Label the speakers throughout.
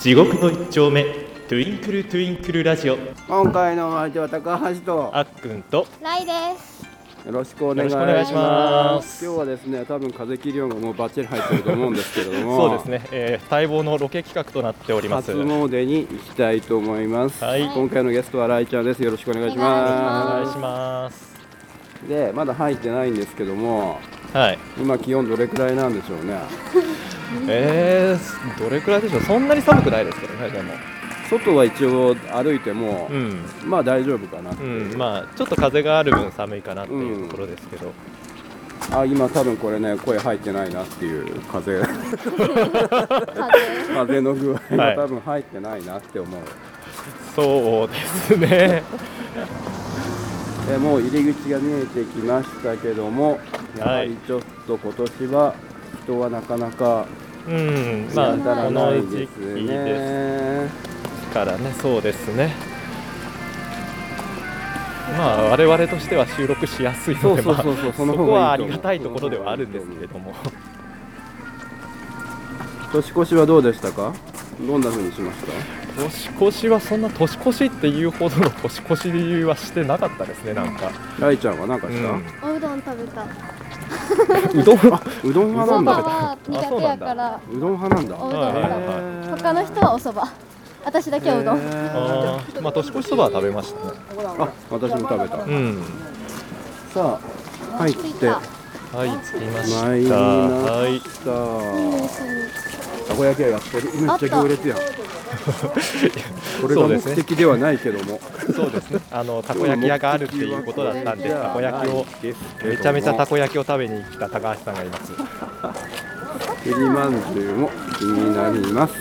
Speaker 1: 地獄の一丁目トゥインクルトゥインクルラジオ
Speaker 2: 今回のお相手は高橋と
Speaker 1: あっくんと
Speaker 3: ライです。
Speaker 2: よろしくお願いし
Speaker 1: よろしくお願
Speaker 2: ま
Speaker 1: い
Speaker 2: す
Speaker 1: します
Speaker 2: 今日はですね多分風切り音がもうバッチリ入ってると思うんですけれども
Speaker 1: そうですね、えー、待望のロケ企画となっております
Speaker 2: 初詣に行きたいと思います、
Speaker 1: はい
Speaker 2: 今回のゲストはライちゃんですよろしくお願い
Speaker 1: お
Speaker 2: し
Speaker 1: 願い
Speaker 2: ま
Speaker 1: します
Speaker 2: すでまだ入ってないんですけども
Speaker 1: はい
Speaker 2: 今気温どれくらいなんでしょうね
Speaker 1: えー、どれくらいでしょうそんなに寒くないですけどねでも
Speaker 2: 外は一応歩いても
Speaker 1: う、ん
Speaker 2: まあ大丈夫かな、
Speaker 1: うんまあちょっと風がある分寒いかなっていうところですけど、
Speaker 2: あ今多分これね声入ってないなっていう 風
Speaker 3: 風。
Speaker 2: 風の具
Speaker 1: は
Speaker 2: 合が
Speaker 1: い
Speaker 2: 多分入ってないなって思う、
Speaker 1: そうですね
Speaker 2: えーもう入り口が見えてきましたけども、やはりちょっと今年は人はなかなか
Speaker 1: うん
Speaker 2: 見
Speaker 1: まあ
Speaker 2: 当た
Speaker 1: こ
Speaker 2: らない
Speaker 1: の
Speaker 2: です
Speaker 1: 時
Speaker 2: ね
Speaker 1: 期。ですからねそうですねまあ我々としては収録しやすいので
Speaker 2: そう
Speaker 1: ま
Speaker 2: そう
Speaker 1: あ
Speaker 2: そうそうそ
Speaker 1: そ
Speaker 2: の方がいいと思う
Speaker 1: こはありがたいところではあるんですけれども
Speaker 2: 年越しはどうでしたかどんな風にしました
Speaker 1: 年越しはそんな年越しっていうほどの年越しはしてなかったですねなんか、
Speaker 2: ライちゃんは何か
Speaker 1: う、
Speaker 2: した、 うん
Speaker 3: おうどん食べた。
Speaker 1: うどん
Speaker 2: どん
Speaker 3: お
Speaker 2: 派な
Speaker 3: そ
Speaker 2: ん
Speaker 3: ば
Speaker 2: だ
Speaker 3: は苦手やから、
Speaker 2: うどん派なんだ
Speaker 3: おうどん
Speaker 1: はい
Speaker 3: 派
Speaker 1: はい
Speaker 3: 他の人はおそば。私だけはうどん。
Speaker 2: へー
Speaker 1: あーまあ年越しそばは食べましたね
Speaker 2: あ私も食べた、
Speaker 1: うん
Speaker 2: さあ入っ
Speaker 3: 着い
Speaker 2: て
Speaker 3: た。
Speaker 1: はい着きまし
Speaker 2: 参り
Speaker 1: た
Speaker 2: ま
Speaker 1: はい
Speaker 2: した
Speaker 3: うん一緒に
Speaker 2: たこ焼き屋やってるめっちゃ行列やんこれ
Speaker 1: そ
Speaker 2: が
Speaker 1: うで
Speaker 2: 目
Speaker 1: すね
Speaker 2: 的ではないけども
Speaker 1: そうですねあのたこ焼き屋があるっていうことだったんでたこ焼きをめちゃめちゃたこ焼きを食べに来た高橋さんがいます
Speaker 2: きりまんじゅうも気になります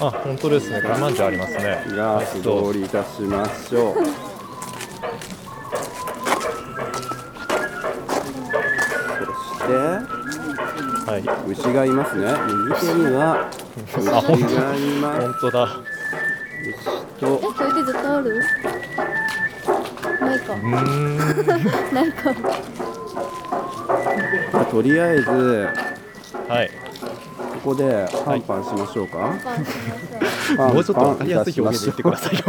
Speaker 1: あ、本当ですね。これまんじゅうありますね。
Speaker 2: が素通りいたしましょう
Speaker 1: はい。
Speaker 2: そして牛がいますね右手には牛
Speaker 1: あ、本
Speaker 2: がい
Speaker 1: 当。
Speaker 2: ま
Speaker 1: 本当だ。
Speaker 2: すと
Speaker 3: え、これでずっとおる。ないか
Speaker 1: う。ー
Speaker 3: ないか。
Speaker 2: まあとりあえず
Speaker 1: ん。はい。
Speaker 2: ここでパンパンしましょうか、
Speaker 3: パンしましょ
Speaker 2: パン
Speaker 1: もうちょっとわかりやすい表現で言ってくだ
Speaker 2: い
Speaker 1: さいよ。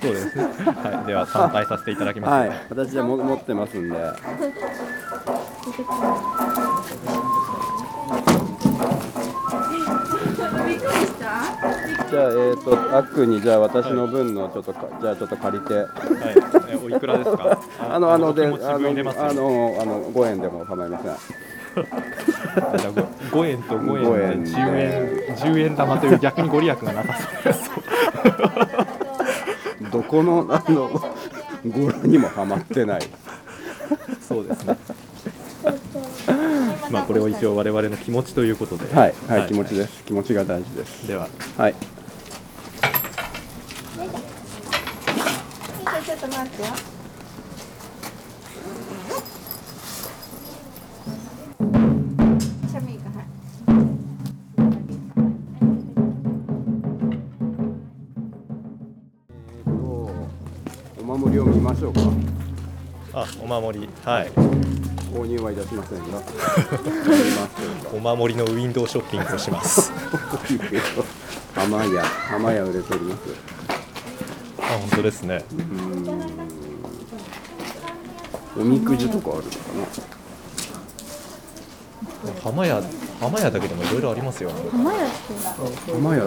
Speaker 1: そうですね。はい。では参拝させていただきま
Speaker 2: は
Speaker 1: す。
Speaker 2: い私はも持ってますんでじゃあえっ、ー、とあっくんにじゃあ私の分のちょっとか、じゃあちょっと借りて
Speaker 1: はい。えおいくらですか。
Speaker 2: あのあのであ
Speaker 1: お気持
Speaker 2: の
Speaker 1: ち分入れますよ。
Speaker 2: あのあの五円でも構いません。
Speaker 1: あじゃあご五円と五
Speaker 2: 五
Speaker 1: 円
Speaker 2: 円
Speaker 1: で十円十円玉という逆にご利益がなさそうです。
Speaker 2: どこのあのゴロにもはまってない。
Speaker 1: そうですね。まあこれを一応我々の気持ちということで。
Speaker 2: はいはい、気持ちです、気持ちが大事です。
Speaker 1: では。
Speaker 2: はい。
Speaker 3: う。ちょっと待ってよ。
Speaker 2: お守りを見ましょうか。
Speaker 1: あ、お守り。はい。
Speaker 2: 購入はいたしま せんが。見ましょうか。
Speaker 1: お守りのウィンドウショッピングをし ます。
Speaker 2: 浜屋浜屋売れております。
Speaker 1: あ、本当ですね。
Speaker 2: おみくじとかあるのか
Speaker 1: 浜屋浜屋だけでもいろいろありますよね。
Speaker 3: 浜屋って、
Speaker 2: な。浜屋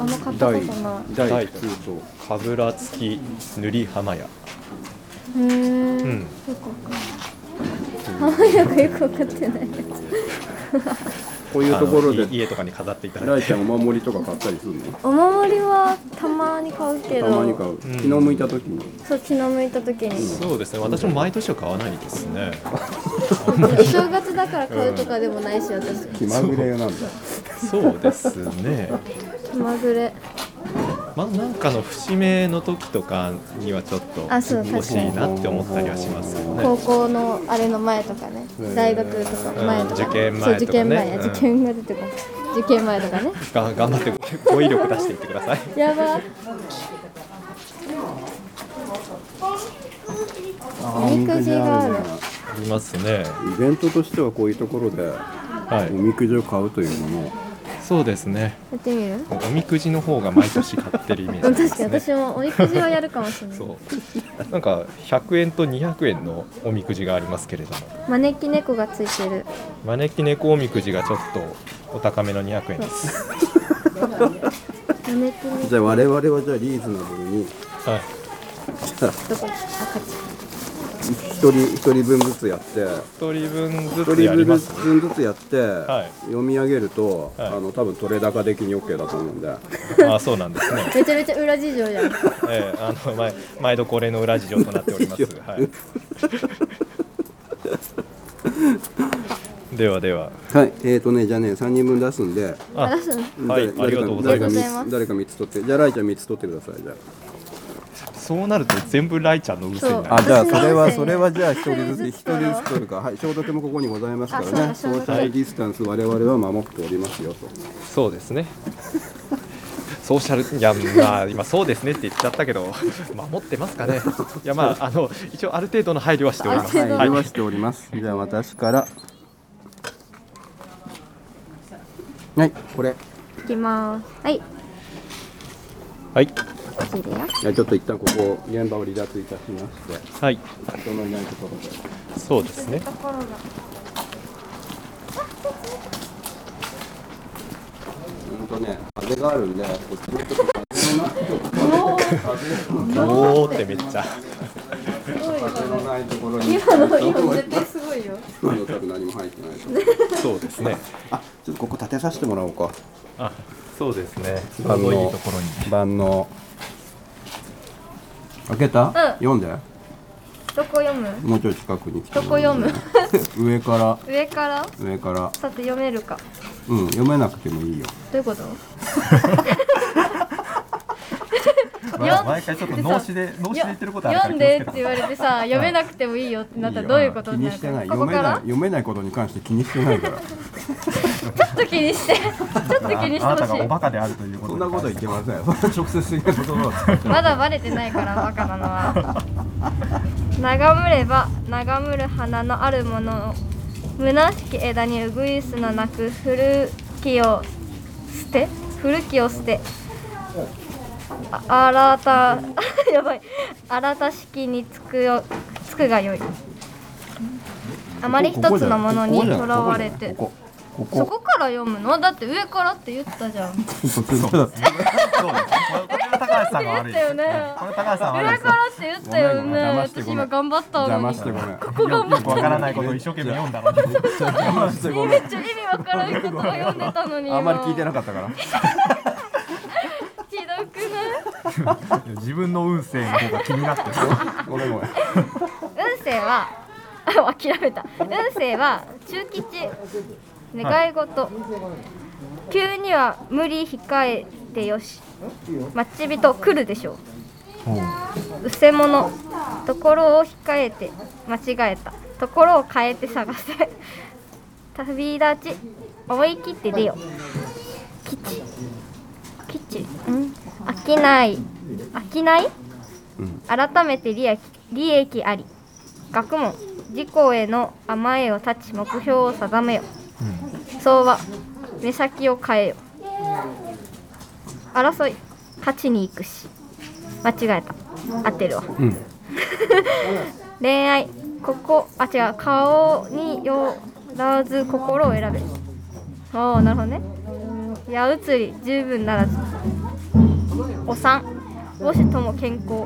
Speaker 3: あんま買ったこと
Speaker 2: 大
Speaker 3: な
Speaker 2: 大通と
Speaker 1: かぶら付き塗り浜屋。
Speaker 3: い。へ
Speaker 1: う
Speaker 3: ー
Speaker 1: ん。
Speaker 3: よくわかんない。浜屋がよくわかってない。
Speaker 2: こういうところで
Speaker 1: あのい家とかに飾っていただ
Speaker 2: ラ
Speaker 1: い
Speaker 2: イ
Speaker 1: て。
Speaker 2: ちゃんお守りとか買ったりするの。
Speaker 3: お守りはたまに買うけど。
Speaker 2: たまに買う。気の向いた時に。
Speaker 3: そう血の向いた時に
Speaker 1: そうですね。私も毎年は買わないです ね。
Speaker 3: お正月だから買うとかでもないし私
Speaker 2: 気まぐれなんだ。
Speaker 1: そうですね。
Speaker 3: 気まぐれ
Speaker 1: まあなんかの節目の時とかにはちょっと
Speaker 3: あそう
Speaker 1: 欲しいなって思ったりはしますけど
Speaker 3: 高
Speaker 1: ね。
Speaker 3: 校のあれの前とかね大学とか前とか、
Speaker 1: うん受験前とかね
Speaker 3: そう受験前、
Speaker 1: うん
Speaker 3: 受験が出てこない受験前とかね
Speaker 1: が頑張って語彙力出していってくだ さい。
Speaker 3: やば
Speaker 2: あ
Speaker 3: おみくじがある
Speaker 2: おみくじ
Speaker 1: ありますね。
Speaker 2: イベントとしてはこういうところで
Speaker 1: は
Speaker 2: おみくじを買うというものを
Speaker 1: そうですね
Speaker 4: やってみる
Speaker 1: おみくじの方が毎年買ってるイメ
Speaker 4: う
Speaker 1: ー
Speaker 4: ん
Speaker 1: ジ
Speaker 4: 確
Speaker 1: で
Speaker 4: か
Speaker 1: すね
Speaker 4: に私もおみくじはやるかもしれない
Speaker 1: そうなんか100円と200円のおみくじがありますけれども
Speaker 4: 招き猫がついてる
Speaker 1: 招き猫おみくじがちょっとお高めの200円です
Speaker 4: 招き猫
Speaker 2: じゃあ我々はじゃあリーズナブルに
Speaker 1: はい
Speaker 4: どこ赤ち
Speaker 2: 一人一人分ずつやって
Speaker 1: 一人分ず
Speaker 2: 一
Speaker 1: つや
Speaker 2: 人
Speaker 1: りま
Speaker 2: 分
Speaker 1: す
Speaker 2: ずつやって、
Speaker 1: い
Speaker 2: 読み上げると、
Speaker 1: はい
Speaker 2: あの多分取れ高的に OK だと思うんで、
Speaker 1: あそうなんですね
Speaker 4: ゃんめちゃめちゃ裏事情じゃん
Speaker 1: ええあの毎毎度恒例の裏事情となっております。はい。ではでは、
Speaker 2: はいえーとねじゃあね3人分出すんで
Speaker 1: あ
Speaker 4: 出すの
Speaker 1: はい
Speaker 2: 誰
Speaker 1: ありがとうござ
Speaker 2: 誰
Speaker 1: い
Speaker 2: か
Speaker 1: ま
Speaker 4: ありがとうご
Speaker 2: 誰か
Speaker 4: ざいま
Speaker 2: 誰
Speaker 4: す
Speaker 2: か3つ取ってじゃあライちゃん3つ取ってくださいじゃ
Speaker 1: そうなると全部ライちゃんの嘘に
Speaker 2: あ
Speaker 1: な
Speaker 2: あ
Speaker 1: る。
Speaker 2: じゃあそ
Speaker 4: 私の
Speaker 2: れは
Speaker 4: です
Speaker 2: そ
Speaker 4: ね
Speaker 2: れはじゃあ1人ずつ
Speaker 4: 一
Speaker 2: 一
Speaker 4: 人ずつ取ろ
Speaker 2: 人ずつ
Speaker 4: う
Speaker 2: 取るかはい消毒もここにございますからね
Speaker 4: あそう
Speaker 2: ソー
Speaker 4: だ
Speaker 2: シ
Speaker 4: 消
Speaker 2: ャル
Speaker 4: 毒
Speaker 2: ディスタンス我々は守っておりますよと
Speaker 1: そうですね。ソーシャルいやまあ今そうですねって言っちゃったけど 守ってますかね。いやまああの一応ある程度の配慮はしております。
Speaker 4: ある程
Speaker 2: は
Speaker 1: はいい。
Speaker 2: 用意しておりますじゃあ私からはいこれ
Speaker 4: いきますはい
Speaker 1: はい。
Speaker 4: 切るよ
Speaker 2: じゃあちょっと一旦ここ現場を離脱いたしまして
Speaker 1: はい。
Speaker 2: 人のいないところで
Speaker 1: そうですね。
Speaker 2: 本当ね風があるんでこっちのとこ風のないとこ
Speaker 1: おーってめっちゃ。
Speaker 2: 風のないところに
Speaker 4: 今の今の絶対すごいよ
Speaker 2: 今の多分何も入ってないと思う
Speaker 1: そうですね。
Speaker 2: あちょっとここ立てさせてもらおうか
Speaker 1: あそうですね。
Speaker 2: あ
Speaker 1: あ
Speaker 2: の
Speaker 1: のいいところに。
Speaker 2: 万能開けた、読んで
Speaker 4: どこ読む
Speaker 2: もうちょい近くに来て
Speaker 4: どこ読む
Speaker 2: 上から
Speaker 4: 上から
Speaker 2: 上から
Speaker 4: さて読めるかど
Speaker 2: うん読めなくてもいいよ
Speaker 4: ういうこと
Speaker 1: まあ毎回ちょっと脳死で脳死で言ってることあるから
Speaker 4: 読んでって
Speaker 1: 気を
Speaker 4: 言
Speaker 1: つけ
Speaker 4: われてさ読めなくてもいいよってなったらどういうこと
Speaker 2: 気
Speaker 4: に
Speaker 2: に
Speaker 4: なる
Speaker 2: してない
Speaker 4: こ
Speaker 2: 読
Speaker 4: こ
Speaker 2: め
Speaker 4: か
Speaker 2: ない
Speaker 4: ら
Speaker 2: 読めないことに関して気にしてないから
Speaker 4: ちょっと気にしてちょっと気にして
Speaker 1: あなた
Speaker 4: ほ
Speaker 1: がお
Speaker 4: し
Speaker 1: バカであるということ
Speaker 2: そん
Speaker 1: に
Speaker 2: な
Speaker 1: 関して
Speaker 2: こと言ってませんそんな直接的な言葉を使って
Speaker 4: いまだバレてないからバカなのは眺めれば眺むる花のあるものを虚しき枝にうぐいすのなく古きを捨て古きを捨てあ新たやばい新た式につくよつくがよいあまり一つのものにとらわれて
Speaker 2: こここ
Speaker 4: そこから読むのだって上からって言ったじゃん
Speaker 2: こ
Speaker 1: そうですこれは高橋さんが悪いです
Speaker 4: 言ったよね
Speaker 1: これは高橋さんが悪
Speaker 4: 上
Speaker 1: いで
Speaker 4: からって言ったよ
Speaker 2: ごめんごめん
Speaker 4: ね
Speaker 2: 騙して
Speaker 4: 私
Speaker 2: ごめん
Speaker 4: 今頑張った
Speaker 2: 邪
Speaker 4: の
Speaker 2: 魔
Speaker 4: に
Speaker 2: してごめん
Speaker 4: ここ頑張
Speaker 1: すよくわからないことを一生懸命読んだのに
Speaker 2: 邪魔してご
Speaker 4: め
Speaker 2: め
Speaker 4: っちゃ意味わからんことを読んでたのに
Speaker 2: んあんまり聞いて
Speaker 4: な
Speaker 2: なかったから
Speaker 4: ひどくない
Speaker 1: 自分の運勢の方が気になってる
Speaker 2: ごめんごめん
Speaker 4: 運勢は あ諦めた運勢は中吉願い事、急には無理控えてよし待ち人来るでしょううせ者ところを控えて間違えたところを変えて探せ旅立ち思い切って出よ吉吉ん飽きない飽きない、改めて利益利益あり学問自己への甘えを断ち目標を定めよ、相場目先を変えよ争い勝ちに行くし間違えた合ってるわ、 恋愛ここあ違う顔によらず心を選べおおなるほどね矢移り十分ならずお産母子とも健康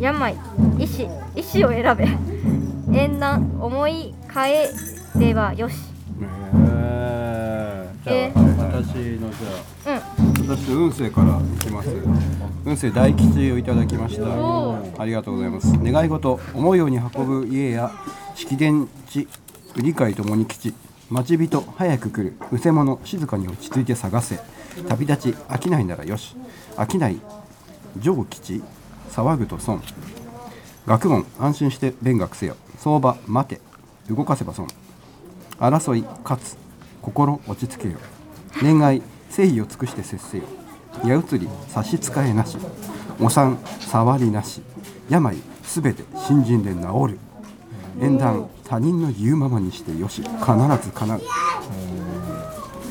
Speaker 4: 病医師医師を選べ縁談思い変えればよし
Speaker 2: えー
Speaker 4: え
Speaker 2: 私のじゃ
Speaker 4: うん
Speaker 2: あ私の運勢からいきます運勢大吉をいただきました
Speaker 4: お
Speaker 2: ありがとうございます願い事思うように運ぶ家や式典地売り買いともに吉待ち人早く来るうせ者静かに落ち着いて探せ旅立ち飽きないならよし飽きない上吉騒ぐと損学問安心して勉学せよ相場待て動かせば損争い勝つ心落ち着けよ恋愛誠意を尽くして接せよ矢移り差し支えなしお産触りなし病すべて新人で治る縁談他人の言うままにしてよし必ず叶う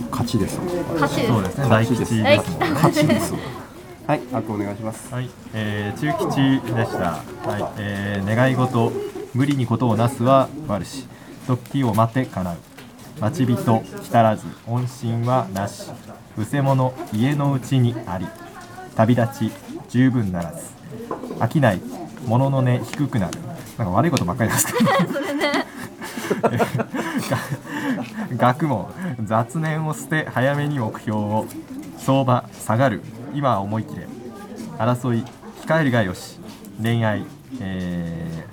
Speaker 2: 勝ちです。
Speaker 5: 勝ちです
Speaker 1: そうですね大吉ですもん
Speaker 5: 大
Speaker 1: ね
Speaker 5: 吉
Speaker 2: 勝ちです。はい、アクお願いします。
Speaker 1: はい、えー、中吉でした。はい、えー、願い事、無理にことをなすは悪し、時を待て叶う。待ち人、浸らず、音信はなし。うせ者、家のうちにあり。旅立ち、十分ならず。飽きない、物の値低くなる。なんか悪いことばっかりですけど。 学問雑念を捨て早めに目標を相場下がる今は思い切れ争い控えるがよし恋愛え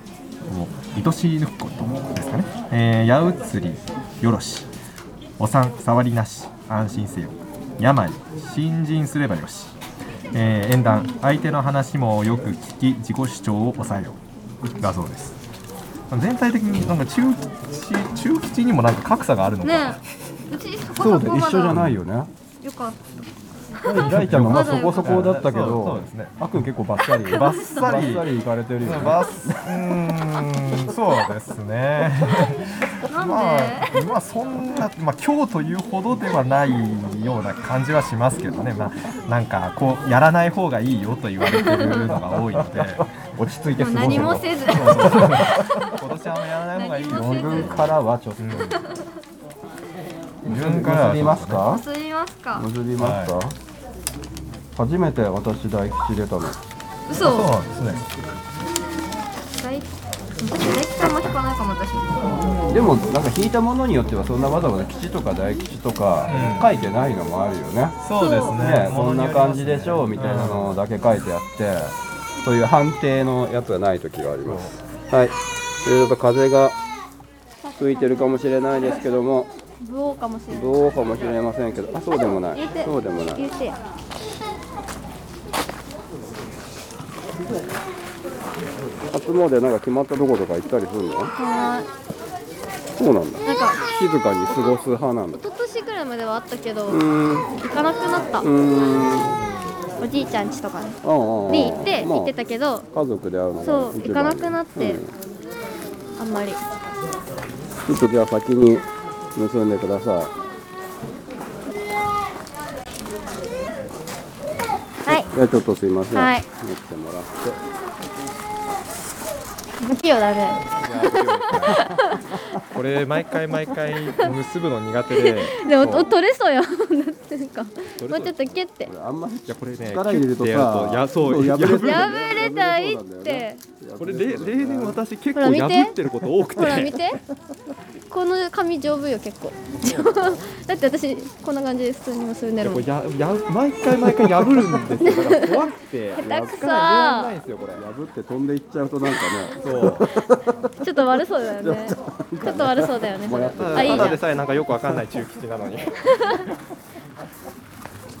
Speaker 1: ー、もう愛しいぬことですかねえー、矢移りよろしお産触りなし安心せよ病新人すればよし、えー、縁談相手の話もよく聞き自己主張を抑えようだそうです全体的になんか中吉中吉にもなんか格差があるのかな、
Speaker 5: ねえうちそこ
Speaker 2: そ
Speaker 5: そう
Speaker 2: で
Speaker 5: こまだ
Speaker 2: 一緒じゃないよね。
Speaker 5: よかっ
Speaker 2: ライちゃんもまあそこそこだったけ
Speaker 1: そうそう
Speaker 2: ど
Speaker 1: ですね、
Speaker 2: アク君結構バッサリ
Speaker 1: バッサリ
Speaker 2: バッサリ行かれてるよね。
Speaker 1: バスうーんそうですね
Speaker 5: たなんで、
Speaker 1: まあまあそんな、まあ、今日というほどではないような感じはしますけどねまあなんかこうやらない方がいいよと言われてるのが多いので
Speaker 2: 落ち着いて
Speaker 5: でも
Speaker 2: 過ご
Speaker 5: 何
Speaker 2: せ
Speaker 5: も
Speaker 2: と。
Speaker 5: せず
Speaker 1: 今年はあんまやらない方がいいよ
Speaker 5: 何
Speaker 2: 自
Speaker 5: も
Speaker 2: 分からはちょっと。
Speaker 1: 自
Speaker 2: 結
Speaker 1: 分から
Speaker 2: びますか？
Speaker 5: 結びますか
Speaker 2: 結びますか？
Speaker 1: は
Speaker 2: 初めて私大吉出たの。
Speaker 1: そ
Speaker 5: 嘘
Speaker 1: うなんですね
Speaker 5: 大大吉さんも引かないかも私
Speaker 2: でもなんか引いたものによってはそんなわざわざ吉とか大吉とか書いてないのもあるよね。
Speaker 1: そうですね
Speaker 2: ね、こんな感じでしょうみたいなのだけ書いてあって、そういう判定のやつがない時があります。はい、それだと風が吹いてるかもしれないですけども、
Speaker 5: ブオーかもしれない
Speaker 2: どうかもしれませんけど、あ、そうでもない
Speaker 5: 入れて、
Speaker 2: そうでもな
Speaker 5: 入れ
Speaker 2: い。
Speaker 5: てや
Speaker 2: 初詣なんか決まったとことか行ったりするの？
Speaker 4: は
Speaker 2: そうなんだ。
Speaker 4: いなんか
Speaker 2: 静かに過ごす派なんだ。
Speaker 4: 一昨年ぐらいまではあったけど
Speaker 2: う
Speaker 4: 行
Speaker 2: ーん、
Speaker 4: かなくなった
Speaker 2: うーん、
Speaker 4: おじいちゃん家とかね
Speaker 2: ああああ。
Speaker 4: で行って
Speaker 2: まあ
Speaker 4: 行ってたけど
Speaker 2: 家族で会うのが一番
Speaker 4: そう行かなくなって
Speaker 2: うん
Speaker 4: あんまり
Speaker 2: ちょっとじゃあ先に結んでください。
Speaker 4: はい
Speaker 2: じゃあちょっとすいません。
Speaker 4: はい
Speaker 2: 持ってもらって。
Speaker 4: 不器用だね
Speaker 6: これ毎回毎回結ぶの苦手で
Speaker 4: でも
Speaker 6: そう
Speaker 4: お取れそうよだってなんかもうちょっとキュッて
Speaker 2: これあんまり
Speaker 6: いやこれね
Speaker 2: 力入れると
Speaker 6: キュッてや
Speaker 2: さ、
Speaker 6: やそう
Speaker 2: 破
Speaker 6: 破
Speaker 2: れ
Speaker 6: れ
Speaker 4: 破れたいって
Speaker 6: これ例例年私結構
Speaker 4: ほら見て
Speaker 6: 破ってること多くて
Speaker 4: ほら見てこの髪丈夫よ結構だって私こんな感じで普通に結ん
Speaker 6: い
Speaker 4: で
Speaker 6: や
Speaker 4: るも
Speaker 6: こ
Speaker 4: ん
Speaker 6: れやや破毎回毎回破るんですよだから怖くて
Speaker 4: 下手くそ
Speaker 6: やらないんですよこれ
Speaker 2: 破って飛んでいっちゃうとなんかね、
Speaker 6: そう
Speaker 4: ちょっと悪そうだよねちょっと悪そうだよねそれ
Speaker 6: ただ
Speaker 4: あいいじ
Speaker 6: た
Speaker 4: ゃ
Speaker 6: だで
Speaker 4: ん
Speaker 6: さえなんかよくわかんない中吉なのに
Speaker 4: よいしょ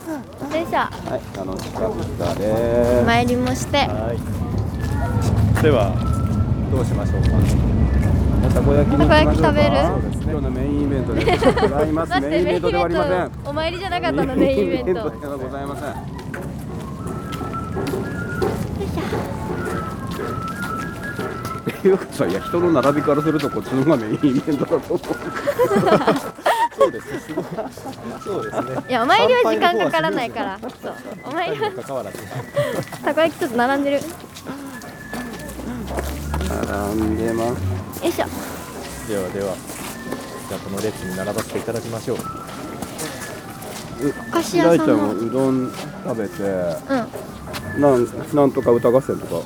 Speaker 2: はい、楽しかったです。
Speaker 4: 参りまして
Speaker 6: ではどうしましょうか
Speaker 2: たこ焼きに
Speaker 4: たこ焼き食べる
Speaker 2: そうですね今日のメインイベントでございます。
Speaker 4: 待っ
Speaker 2: メインイベ
Speaker 4: てメイン
Speaker 2: ン
Speaker 4: イ
Speaker 2: トで
Speaker 4: ベ
Speaker 2: はありませ
Speaker 4: ン
Speaker 2: ん。
Speaker 4: トお参りじゃなかったのメインイベン
Speaker 2: メインイ
Speaker 4: ト
Speaker 2: ベンではございません。っていうかさ、いや人の並びからするとこっちの方がメインイベントだと思う。
Speaker 6: そうですねそうですね
Speaker 4: いやお参りは時間かからないからそうお参りは
Speaker 6: かかわらず
Speaker 4: たこ焼きちょっと並んでるよ
Speaker 2: 並んでます。
Speaker 4: いしょ
Speaker 6: ではではじゃあこの列に並ばせていただきましょう
Speaker 4: お菓子
Speaker 2: ラ
Speaker 4: 屋
Speaker 2: イち
Speaker 4: さ
Speaker 2: ゃ
Speaker 4: ん
Speaker 2: んも
Speaker 4: の
Speaker 2: うどん食べて、
Speaker 4: うん
Speaker 2: なんなんとか歌合戦とか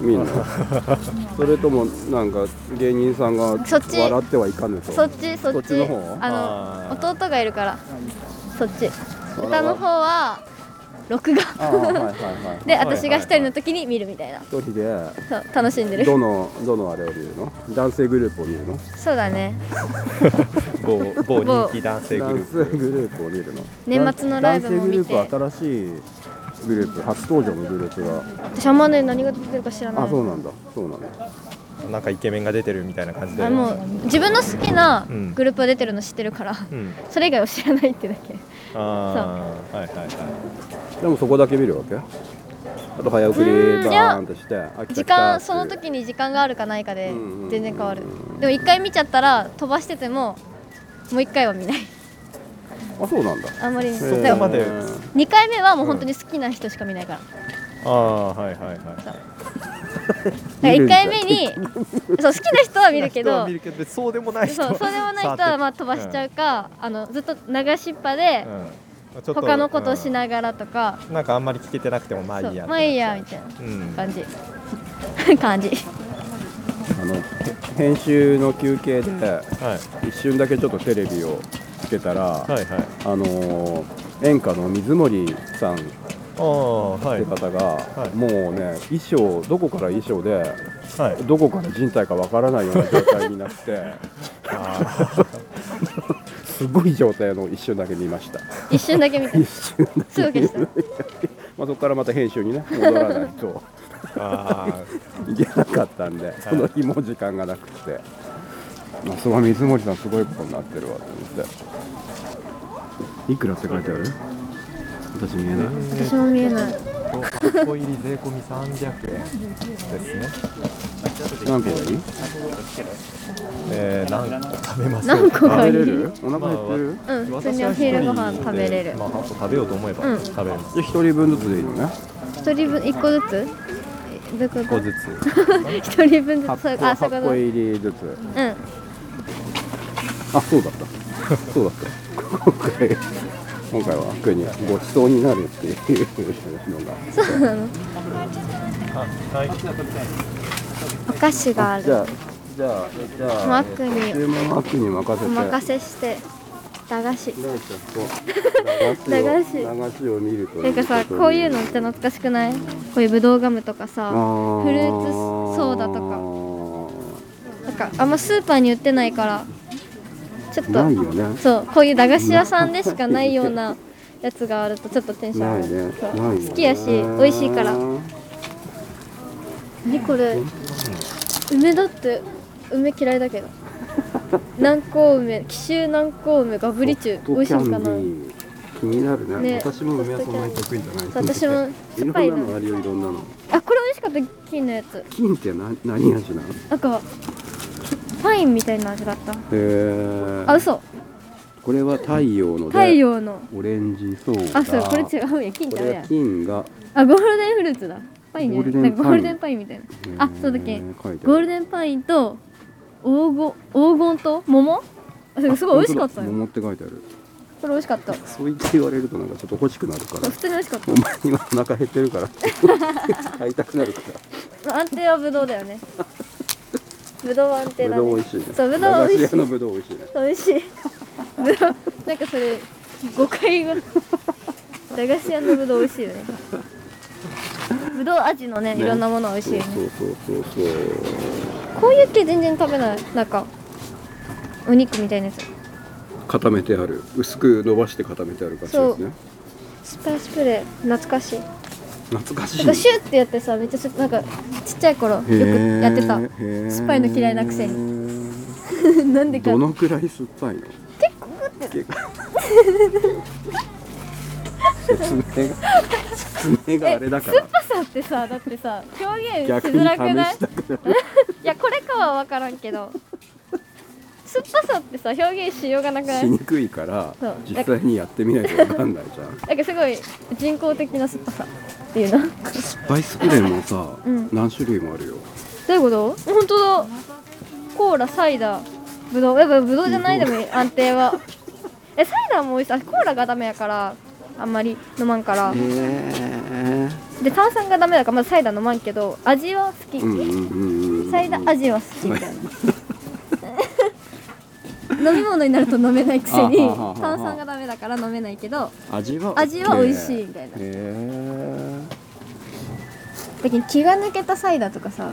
Speaker 2: 見んのそれともなんか芸人さんが
Speaker 4: そっち
Speaker 2: 笑ってはいかぬと
Speaker 4: そっちそ
Speaker 2: こ
Speaker 4: っ
Speaker 2: っ
Speaker 4: ち
Speaker 2: ちの方
Speaker 4: あの
Speaker 6: あー
Speaker 4: 弟がいるからそっち
Speaker 2: ら
Speaker 4: 歌の方は録
Speaker 2: ああはいはい
Speaker 4: 画
Speaker 2: はい
Speaker 4: で
Speaker 6: はいはい
Speaker 4: 私が一人の時に見るみたいな
Speaker 2: 一人で
Speaker 4: そう楽しんでる
Speaker 2: どのどのあれを見るの男性グループを見るの
Speaker 4: そうだね
Speaker 6: 某某人気男性グル
Speaker 2: 男
Speaker 6: ー
Speaker 2: 性グループを見るの
Speaker 4: 年末のライブも見て
Speaker 2: 男性グループ新しいグループ初登場のグループが
Speaker 4: 私あんまね何が出てるか知らない
Speaker 2: あそうなんだそうなんだ
Speaker 6: プなんかイケメンが出てるみたいな感じで
Speaker 4: あもう自分の好きな
Speaker 6: うん
Speaker 4: グループが出てるの知ってるから
Speaker 6: うん
Speaker 4: それ以外を知らないってだけ
Speaker 6: ああはいはいは
Speaker 2: でもそこだけ見るわけあと早送り
Speaker 4: うんい
Speaker 2: バ
Speaker 4: や
Speaker 2: ーンとしてあ来た来た
Speaker 4: 時間
Speaker 2: っていう
Speaker 4: その時に時間があるかないかで
Speaker 2: うんうん
Speaker 4: 全然変わるでも一回見ちゃったら飛ばしててももう一回は見ない
Speaker 2: あそうなんだ
Speaker 4: あんまり
Speaker 1: そ
Speaker 4: そう
Speaker 1: こ
Speaker 4: だ
Speaker 1: ま
Speaker 4: よ
Speaker 1: で
Speaker 4: 2回目はもう本当に好きな人しか見ないから
Speaker 1: ああはいはいはい
Speaker 4: だから1回目にそう好きな人は見るけ
Speaker 1: 人
Speaker 4: ど
Speaker 1: は見るけどそうでもない人
Speaker 4: そうそうでもない 人はまあ飛ばしちゃうか、あのずっと流しっぱで
Speaker 1: うんちょっと
Speaker 4: 他のことをし
Speaker 1: い、
Speaker 4: ながらとか、
Speaker 1: うんなんかあんまり聞けてなくてもまあ
Speaker 4: そう
Speaker 1: いいや
Speaker 4: まあいいやみたいな
Speaker 1: うん
Speaker 4: 感じ感じ
Speaker 2: あのへ編集の休憩で
Speaker 1: はい
Speaker 2: 一瞬だけちょっとテレビをつけたら、
Speaker 1: はいはい
Speaker 2: あのー演歌の水森さんって
Speaker 1: ああはいはい
Speaker 2: 方が、
Speaker 1: い
Speaker 2: もうね衣装どこから衣装で
Speaker 1: はい
Speaker 2: どこから人体かわからないような状態になって すごい状態の一瞬だけ見ま した
Speaker 4: 一瞬だけ見た
Speaker 2: 一瞬だけ
Speaker 4: すぐ消した
Speaker 2: まあそこからまた編集にね戻らないと
Speaker 1: あ
Speaker 2: いけなかったんでその日も時間がなくて、まあ、その水森さんすごいことになってるわと思っていくらって書いてある私見えない
Speaker 4: 私も見えない
Speaker 1: あ8個入り税込み300円ですね
Speaker 2: 何個がいい
Speaker 1: えー、何個食べます
Speaker 4: 何個がい
Speaker 2: 食
Speaker 4: い
Speaker 2: べれるお腹減ってる、
Speaker 4: うん普通にお昼ご飯食べれる
Speaker 1: まあ、8個食べようと思え
Speaker 4: う
Speaker 1: ば
Speaker 4: ん
Speaker 1: 食べれます、
Speaker 2: で一人分ずつでいいのね
Speaker 4: 一人分一個ずつえどういうこ
Speaker 1: 1個
Speaker 4: と
Speaker 1: ずつ
Speaker 4: 一人分ずつそう
Speaker 2: 8
Speaker 4: いう
Speaker 2: 個
Speaker 4: あそ
Speaker 2: 8
Speaker 4: ういう
Speaker 2: 個
Speaker 4: こ
Speaker 2: 入りずつ
Speaker 4: とうん
Speaker 2: あそうだったそうだった今回今回は福にごちそうになるっていうのが
Speaker 1: はい
Speaker 4: お菓子があ
Speaker 2: じゃ
Speaker 4: る
Speaker 2: あじゃあじゃあ
Speaker 4: マックに
Speaker 2: 注文は秋に任せ
Speaker 4: お
Speaker 2: て
Speaker 4: 任せして駄菓子
Speaker 2: なんかこう流しを流しを見ると
Speaker 4: なんかさこういうのって懐かしくないこういうぶどうガムとかさフルーツソーダとか
Speaker 2: と
Speaker 4: なんかあんまスーパーに売ってないからちょっ
Speaker 2: ない
Speaker 4: と
Speaker 2: よね
Speaker 4: そうこういう駄菓子屋さんでしかないようなやつがあるとちょっとテンション
Speaker 2: ない
Speaker 4: 上
Speaker 2: ね
Speaker 4: が
Speaker 2: ないよ
Speaker 4: る、
Speaker 2: ね
Speaker 4: 好きやし美味しいから何これ梅だって梅嫌い だけど南高梅紀州南高梅ガブリチュウ美味しいのかな
Speaker 2: 気になるね
Speaker 4: ね
Speaker 2: 私も梅はそんなに得意じゃない
Speaker 4: 私も
Speaker 2: い
Speaker 4: 酸っぱい
Speaker 2: ろんな
Speaker 4: の
Speaker 2: のあるよいろんなの
Speaker 4: あこれ美味しかった金のやつ
Speaker 2: 金って何何味なのへ
Speaker 4: なんかパインみたいな味だったあ
Speaker 2: え
Speaker 4: 嘘
Speaker 2: これは太陽ので
Speaker 4: 太陽の
Speaker 2: オレンジソーダ
Speaker 4: あそうこれ違うやん金
Speaker 2: こ
Speaker 4: じゃ
Speaker 2: れ
Speaker 4: ねえや
Speaker 2: は金が
Speaker 4: あゴールデンフルーツだパイン
Speaker 2: ゴ
Speaker 4: ね
Speaker 2: ールデン
Speaker 4: なんか
Speaker 2: パイン
Speaker 4: ゴールデンパインみたいなあそうだっ
Speaker 2: え
Speaker 4: け
Speaker 2: ー書いてある
Speaker 4: ゴールデンパインと黄金黄金と桃あすごい美味しかっ
Speaker 2: 本
Speaker 4: た
Speaker 2: 当だ
Speaker 4: よ
Speaker 2: 桃って書いてある
Speaker 4: これ美味しかったそう
Speaker 2: そう言って言われるとなんかちょっと欲しくなるから
Speaker 4: 普通に美味しかっ
Speaker 2: お前にはお腹減ってるから 買いたくなるから
Speaker 4: た安定はブドウだよねブドウは安定
Speaker 2: ぶ
Speaker 4: だ
Speaker 2: どう美
Speaker 4: ね
Speaker 2: 味しいね
Speaker 4: そうぶどう美味しい
Speaker 2: 駄菓子屋のぶどう美味しい ね
Speaker 4: 美味しいブドウなんかそれ5回ぐらい駄菓子屋のブドウ美味しいよねブドウ味のねいろんなもの美味しいよ
Speaker 2: そ
Speaker 4: ね
Speaker 2: うそうそうそう
Speaker 4: こういう系全然食べないなんかお肉みたいなやつ
Speaker 2: 固めてある薄く伸ばして固めてある感じですね
Speaker 4: スパイスプレー懐かしい
Speaker 2: 懐かしい
Speaker 4: なんかシューってやってさめっちゃすなんかちっちゃい頃よくやってた酸っぱいの嫌いなくせ
Speaker 2: に
Speaker 4: なんでか
Speaker 2: どのくらい酸っぱいの結構説明が説明があれだから
Speaker 4: 酸っぱさってさだってさ表現し
Speaker 2: 逆に
Speaker 4: づらく
Speaker 2: 試
Speaker 4: ない
Speaker 2: したくない
Speaker 4: いやこれかは分からんけど酸っぱさってさ表現しようがなくない
Speaker 2: しにくいから
Speaker 4: そう
Speaker 2: 実際にやってみないとわかんないじゃん
Speaker 4: なんかすごい人工的な酸っぱさっていうのど
Speaker 2: スパイスプレーもさ、
Speaker 4: うん
Speaker 2: 何種類もあるよ
Speaker 4: ういうこと本当だコーラサイダーぶどうやっぱぶどうじゃないでもいい安定はえサイダーも美味しいあコーラがダメやからあんまり飲まんか
Speaker 2: へ
Speaker 4: ら
Speaker 2: え
Speaker 4: で炭酸がダメだからまずサイダー飲まんけど味は好き、
Speaker 2: うんうんうんうん
Speaker 4: サイダー味は好きみたいな 飲み物になると飲めないくせに
Speaker 2: あはははは
Speaker 4: 炭酸がダメだから飲めないけど
Speaker 2: 味は
Speaker 4: 味は美味しいみたいな
Speaker 2: へえ
Speaker 4: だけど気が抜けたサイダーとかさ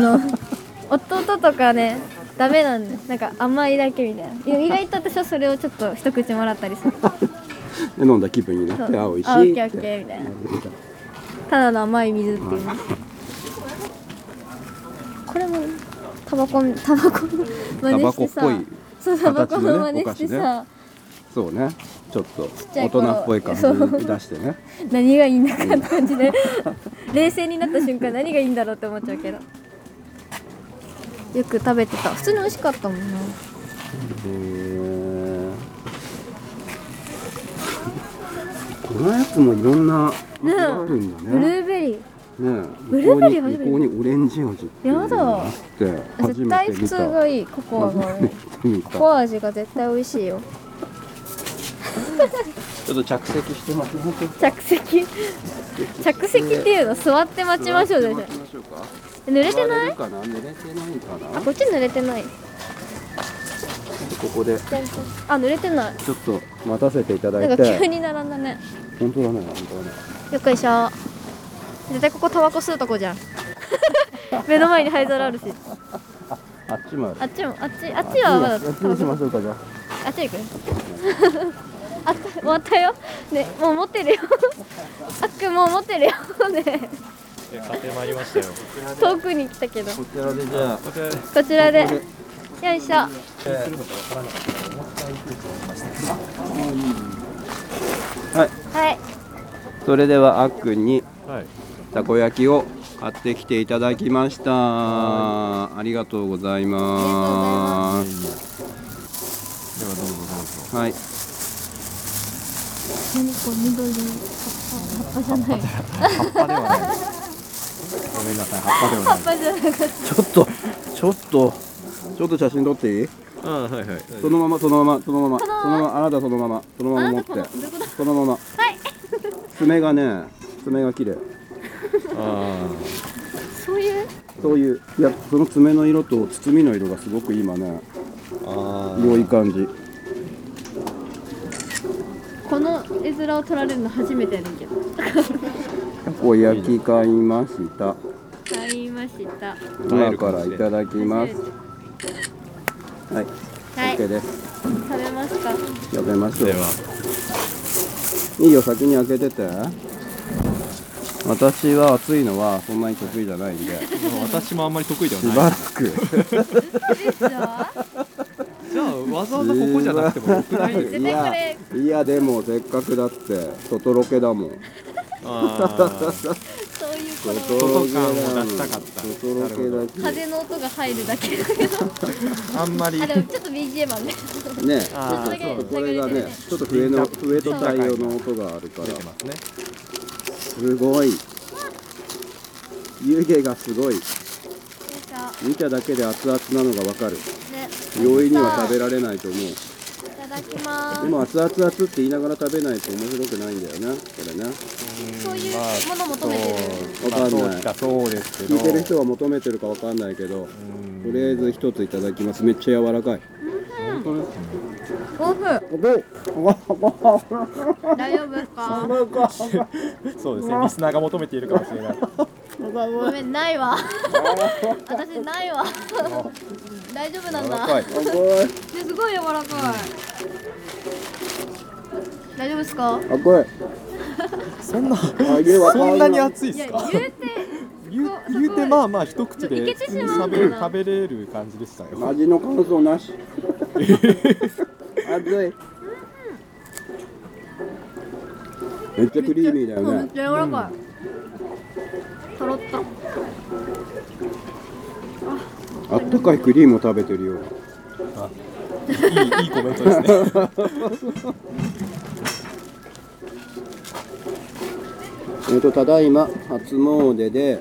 Speaker 4: の弟とかねダメなんですなんか甘いだけみたいないや意外と私はそれをちょっと一口もらったりす る
Speaker 2: で飲んだ気分にな
Speaker 4: そ
Speaker 2: ってあ美味しい
Speaker 4: あオッケーオ
Speaker 2: って
Speaker 4: ッケーみたいなただの甘い水っていうこれもタバコみタバコの真似してさ
Speaker 2: タバコっぽい
Speaker 4: そうタバコの
Speaker 2: 形の
Speaker 4: 真
Speaker 2: ね
Speaker 4: 似して
Speaker 2: お菓
Speaker 4: さ、
Speaker 2: そうねちょっと
Speaker 4: っち
Speaker 2: 大
Speaker 4: ゃい頃
Speaker 2: 人っぽい感じ
Speaker 4: そう
Speaker 2: に出してね
Speaker 4: 何がいいんだかって感じで冷静になった瞬間何がいいんだろうって思っちゃうけどよく食べてた普通に美味しかったもんな
Speaker 2: へえこのやつもいろんな
Speaker 4: ねえ
Speaker 2: あるんだ
Speaker 4: ブル
Speaker 2: ね。
Speaker 4: ーベリー
Speaker 2: ねえ
Speaker 4: ブルーベリ
Speaker 2: 向こうに
Speaker 4: ー初めて
Speaker 2: 向こうにオレンジ味っていうのがあって初
Speaker 4: 絶
Speaker 2: め
Speaker 4: 対
Speaker 2: て
Speaker 4: 普
Speaker 2: 見
Speaker 4: 通
Speaker 2: た。
Speaker 4: がいいココアが
Speaker 2: 初めて見
Speaker 4: コ
Speaker 2: た。
Speaker 4: コア味が絶対美味しいよ
Speaker 2: ちょっと着席してます。
Speaker 4: 着席着席っていうの座って待ちましょうじゃ
Speaker 2: 座って待ちましょうか。
Speaker 4: 濡れて
Speaker 2: 座
Speaker 4: な
Speaker 2: れ
Speaker 4: い
Speaker 2: るかな濡れてないか
Speaker 4: あ
Speaker 2: な。
Speaker 4: こっち濡れてない
Speaker 2: ここで
Speaker 4: あ濡れてない
Speaker 2: ちょっと待たせていただ
Speaker 4: ないんか急
Speaker 2: て。
Speaker 4: に並んだね
Speaker 2: 本当だね本当だね。
Speaker 4: よっこいしょ絶対ここタバコ吸うとこじゃん 目の前に灰皿あるし
Speaker 2: あっちもある。
Speaker 4: あっちもあっちあっちはまだ
Speaker 2: あっちにしましょうかじゃあ。
Speaker 4: あっち行く あった終わったよねもう持ってるよ あっくんもう持ってるよね
Speaker 1: え買ってまいりましたよ
Speaker 4: 遠くに来たけど
Speaker 2: こちらでじゃあ。
Speaker 1: こちら
Speaker 4: こちらでよいしょ
Speaker 3: はい
Speaker 2: それではあっくんに
Speaker 1: はい
Speaker 2: たこ焼きを買ってきていただきました。ありがとうございます。
Speaker 7: ではどうぞどうぞ
Speaker 2: はい。
Speaker 4: 何こう緑の葉っぱ葉っぱじゃない
Speaker 7: 葉っぱではないごめんなさい葉っぱではない
Speaker 4: 葉っぱじゃなかった
Speaker 2: ちょっとちょっとちょっと写真撮っていい？
Speaker 1: あはいはい
Speaker 2: そのままそのままそのままそのままあなたそのままそのまま持ってそのまま
Speaker 4: はい
Speaker 2: 爪がね爪が綺麗
Speaker 1: あ
Speaker 4: そういう
Speaker 2: そういういやその爪の色と包みの色がすごく今ね
Speaker 1: ーあ
Speaker 2: 良い感じ
Speaker 4: この絵面を撮られるの初めてやねんけど
Speaker 2: たこ焼き買いました
Speaker 4: 買いました
Speaker 2: 今からいただきますはい、
Speaker 4: はい
Speaker 2: OK です
Speaker 4: 食べますか
Speaker 2: 食べましょ
Speaker 1: で
Speaker 2: う
Speaker 1: はい
Speaker 2: いよ先に開けてて私は暑いのはそんなに得意じゃないんで
Speaker 1: もう私もあんまり得意では
Speaker 2: し
Speaker 1: な
Speaker 2: ば
Speaker 1: い
Speaker 2: らく
Speaker 1: じゃあわざわざここじゃなくてもよくないです
Speaker 4: 絶対これ
Speaker 2: いやいやでもせっかくだって外ロケだもん
Speaker 1: あー
Speaker 4: そういうこの
Speaker 1: 外感を出したかった
Speaker 2: 外ロケだし
Speaker 4: 風の音が入るだけだけど
Speaker 1: あんまり
Speaker 4: あでもちょっと BGM あるね
Speaker 2: ね
Speaker 1: あー
Speaker 4: そう
Speaker 2: これがねちょっと笛の笛と太陽の音があるから
Speaker 1: ますね
Speaker 2: すごい湯気がすごい見ただけで熱々なのがわかる
Speaker 4: ね
Speaker 2: 容易には食べられないと思う
Speaker 4: いただきま
Speaker 2: でも熱々熱々って言いながら食べないと面白くないんだよねこれね
Speaker 4: すそういうもの求めて
Speaker 2: わ
Speaker 4: る
Speaker 2: かんない
Speaker 1: そうです
Speaker 2: 聞いてる人が求めてるかわかんないけどとりあえず一ついただきますめっちゃ柔らかい本当ね
Speaker 4: 豆腐
Speaker 2: おごいおごいおごい
Speaker 4: 大丈夫ですか
Speaker 7: そうですねリスナーが求めているかもしれ ない
Speaker 4: ごめんないわ私ないわ大丈夫なんだ
Speaker 7: はい
Speaker 2: おごい
Speaker 4: ねすごい柔らかい大丈夫ですか
Speaker 2: あこれ
Speaker 7: そんな
Speaker 2: あげは
Speaker 7: そんなに熱いっ
Speaker 4: い
Speaker 7: す
Speaker 4: や
Speaker 7: か
Speaker 4: 言うて
Speaker 7: 言う
Speaker 4: そこ
Speaker 7: 言うてまあまあ一口
Speaker 4: い
Speaker 7: で
Speaker 4: けてしま
Speaker 7: 食
Speaker 4: う
Speaker 7: べ食べれる感じでしたよ
Speaker 2: 味の感想なし 熱いめっちゃクリーミーだ
Speaker 4: そうめ
Speaker 2: よ
Speaker 4: っ
Speaker 2: ね
Speaker 4: ちゃ柔らかいとろっと
Speaker 2: あったかいクリームを食べてるよ
Speaker 7: いいいいコメントですね
Speaker 2: えっとただいま初詣で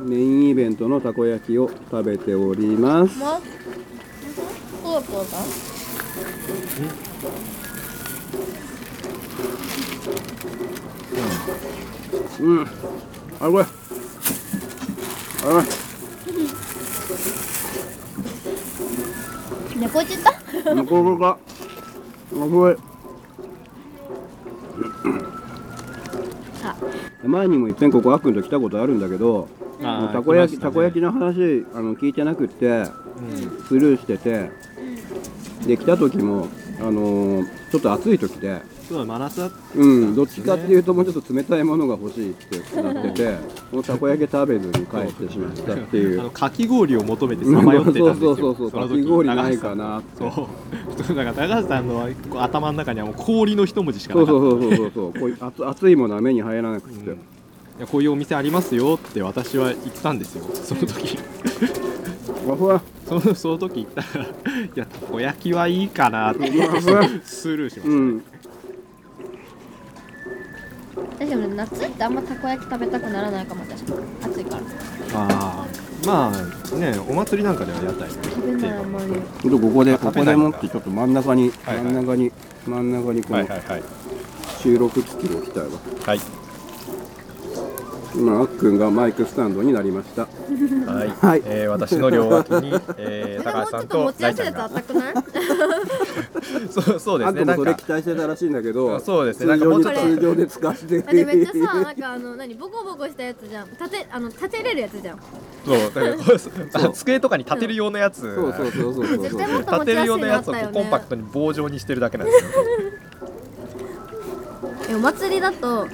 Speaker 2: メインイベントのたこ焼きを食べております
Speaker 4: まどうだっただ
Speaker 2: うんあこれあ
Speaker 4: 猫舌
Speaker 2: れなかなかあこれ
Speaker 4: あ
Speaker 2: 前にも一遍ここあっくんと来たことあるんだけどもうたこ焼き、たこ焼きの話あの聞いてなくって、スルーしてて、で来た時もあのーちょっと暑い時で、
Speaker 1: きそう真夏だ
Speaker 2: うん、どっちかっていうともうちょっと冷たいものが欲しいってなっててもうたこ焼き食べずに帰ってしまったってい
Speaker 1: あの
Speaker 2: う。
Speaker 1: かき氷を求めてさまよってたんですよ
Speaker 2: そうそうそうそう
Speaker 1: その時
Speaker 2: かき氷ないかなって
Speaker 1: 高橋さんそうだから高橋さんのこう頭の中にはもう氷の一文字しかな
Speaker 2: そう
Speaker 1: かった
Speaker 2: そうそうそうそう、こういう熱熱いものは目に入らなくて、
Speaker 1: うんいやこういうお店ありますよって私は言ったんですよその 時
Speaker 2: わふわ、
Speaker 1: そのその時言ったらいやたこ焼 きはいいかなって
Speaker 2: わふわ、
Speaker 1: スルーしま
Speaker 2: う
Speaker 1: し
Speaker 2: ん。
Speaker 4: えでも夏ってあんまたこ焼き食べたくならないかも私暑いから
Speaker 7: ああまあねお祭りなんかでは屋台って
Speaker 4: 食べないあんまり
Speaker 2: ちょっとここで
Speaker 7: あ
Speaker 2: こ
Speaker 7: 食
Speaker 2: こ
Speaker 7: べな
Speaker 2: で
Speaker 7: いんだ
Speaker 2: もってちょっと真ん中に
Speaker 7: はいはい
Speaker 2: 真ん中に真ん中にこ
Speaker 7: はい
Speaker 2: の
Speaker 7: はいはい
Speaker 2: 収録機器を置きたいわ
Speaker 7: はい
Speaker 2: 今あっくんがマイクスタンドになりました
Speaker 7: はい、
Speaker 2: はい
Speaker 7: えー私の両脇に、えー、
Speaker 4: それ
Speaker 7: 高
Speaker 4: もう
Speaker 7: 橋
Speaker 4: ちょ
Speaker 7: さ
Speaker 4: っ
Speaker 7: ん
Speaker 4: と
Speaker 7: と
Speaker 4: 持ち
Speaker 7: 大
Speaker 4: 寄
Speaker 7: ちゃ
Speaker 4: せ
Speaker 7: ん
Speaker 4: だ
Speaker 7: が
Speaker 4: と暖かくない
Speaker 7: そうそうで
Speaker 2: あ
Speaker 7: す
Speaker 2: ん
Speaker 7: ねな
Speaker 2: たも
Speaker 7: ん
Speaker 2: それ
Speaker 7: か
Speaker 2: 期待してたらしいんだけど
Speaker 7: そうですねな
Speaker 2: 通
Speaker 7: んかもう
Speaker 2: 常に
Speaker 7: ちょっと
Speaker 2: 通常で使って
Speaker 4: だってめっちゃさなんかあの何ボコボコしたやつじゃん立てあの立てれるやつじゃん
Speaker 1: そうだからこうあ机とかに立てる用のやつ
Speaker 2: そうそうそうそうそう
Speaker 4: 絶
Speaker 2: そう
Speaker 4: 対もっと持
Speaker 1: 立てる
Speaker 4: ちやすい
Speaker 1: 用
Speaker 4: の
Speaker 1: の
Speaker 4: あ
Speaker 1: や
Speaker 4: っ
Speaker 1: つを
Speaker 4: た
Speaker 1: こ
Speaker 4: よ
Speaker 1: うコンパ
Speaker 4: ね
Speaker 1: クトに棒状にしてるだけなんですよ
Speaker 4: えお祭りだと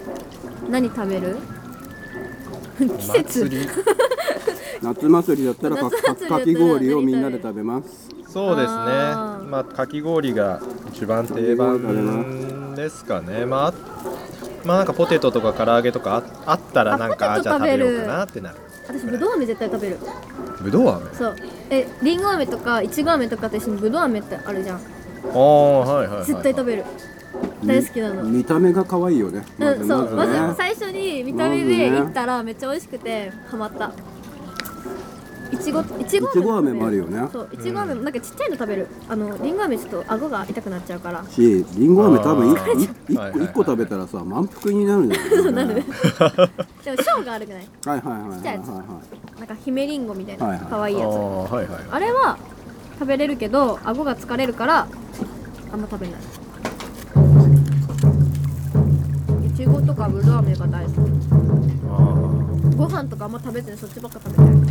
Speaker 4: 何食べる 季節
Speaker 1: 祭り
Speaker 2: 夏祭りだったらか
Speaker 4: 夏祭りだったら
Speaker 2: かき氷をみんなで食べます
Speaker 1: そうですね
Speaker 4: あー
Speaker 1: まあかき氷が一番定番ですかねまあまあなんかポテトとか唐揚げとかああったらなんか
Speaker 4: あ
Speaker 1: あ
Speaker 4: ポテ
Speaker 1: じ
Speaker 4: ト
Speaker 1: ゃあ食
Speaker 4: 食べ
Speaker 1: べ
Speaker 4: る
Speaker 1: ようかなってなる
Speaker 4: 私ぶどう飴絶対食べる
Speaker 1: ぶどう飴
Speaker 4: そうえりんご飴とかいちご飴とかと一緒にぶどう飴ってあるじゃん
Speaker 1: ああはいはい、はい、
Speaker 4: 絶対食べる
Speaker 2: み
Speaker 4: 大好きなの
Speaker 2: 見た目が可愛いよねま
Speaker 4: う
Speaker 2: ず
Speaker 4: ん、そ
Speaker 2: ま
Speaker 4: う、
Speaker 2: ず
Speaker 4: ま
Speaker 2: ね
Speaker 4: ず最初に見た目で行ったらめっちゃ美味しくてハマった。いちご、いちご
Speaker 2: いちご飴もあるよね
Speaker 4: そう、いちご飴もなんかちっちゃいの食べる。あのリンゴ飴ちょっと顎が痛くなっちゃうから。
Speaker 2: しりんご飴多分
Speaker 1: あー
Speaker 2: いい一
Speaker 1: はいはい
Speaker 2: 個
Speaker 1: はい
Speaker 2: 一個食べたらさ満腹になるんじゃないかなね
Speaker 4: でもショーがあるくない？
Speaker 2: はいはいはいはい
Speaker 4: ちっちゃいやつ
Speaker 2: は
Speaker 4: なんか姫リンゴみたい
Speaker 2: はい
Speaker 4: な
Speaker 2: はい
Speaker 4: 可愛い
Speaker 1: あ
Speaker 4: やつ。
Speaker 1: あはいはい
Speaker 4: あれは食べれるけど顎が疲れるからあんま食べない。いちごとかぶどう飴が大好き。ご飯とかあんま食べずにそっちばっか食べてる。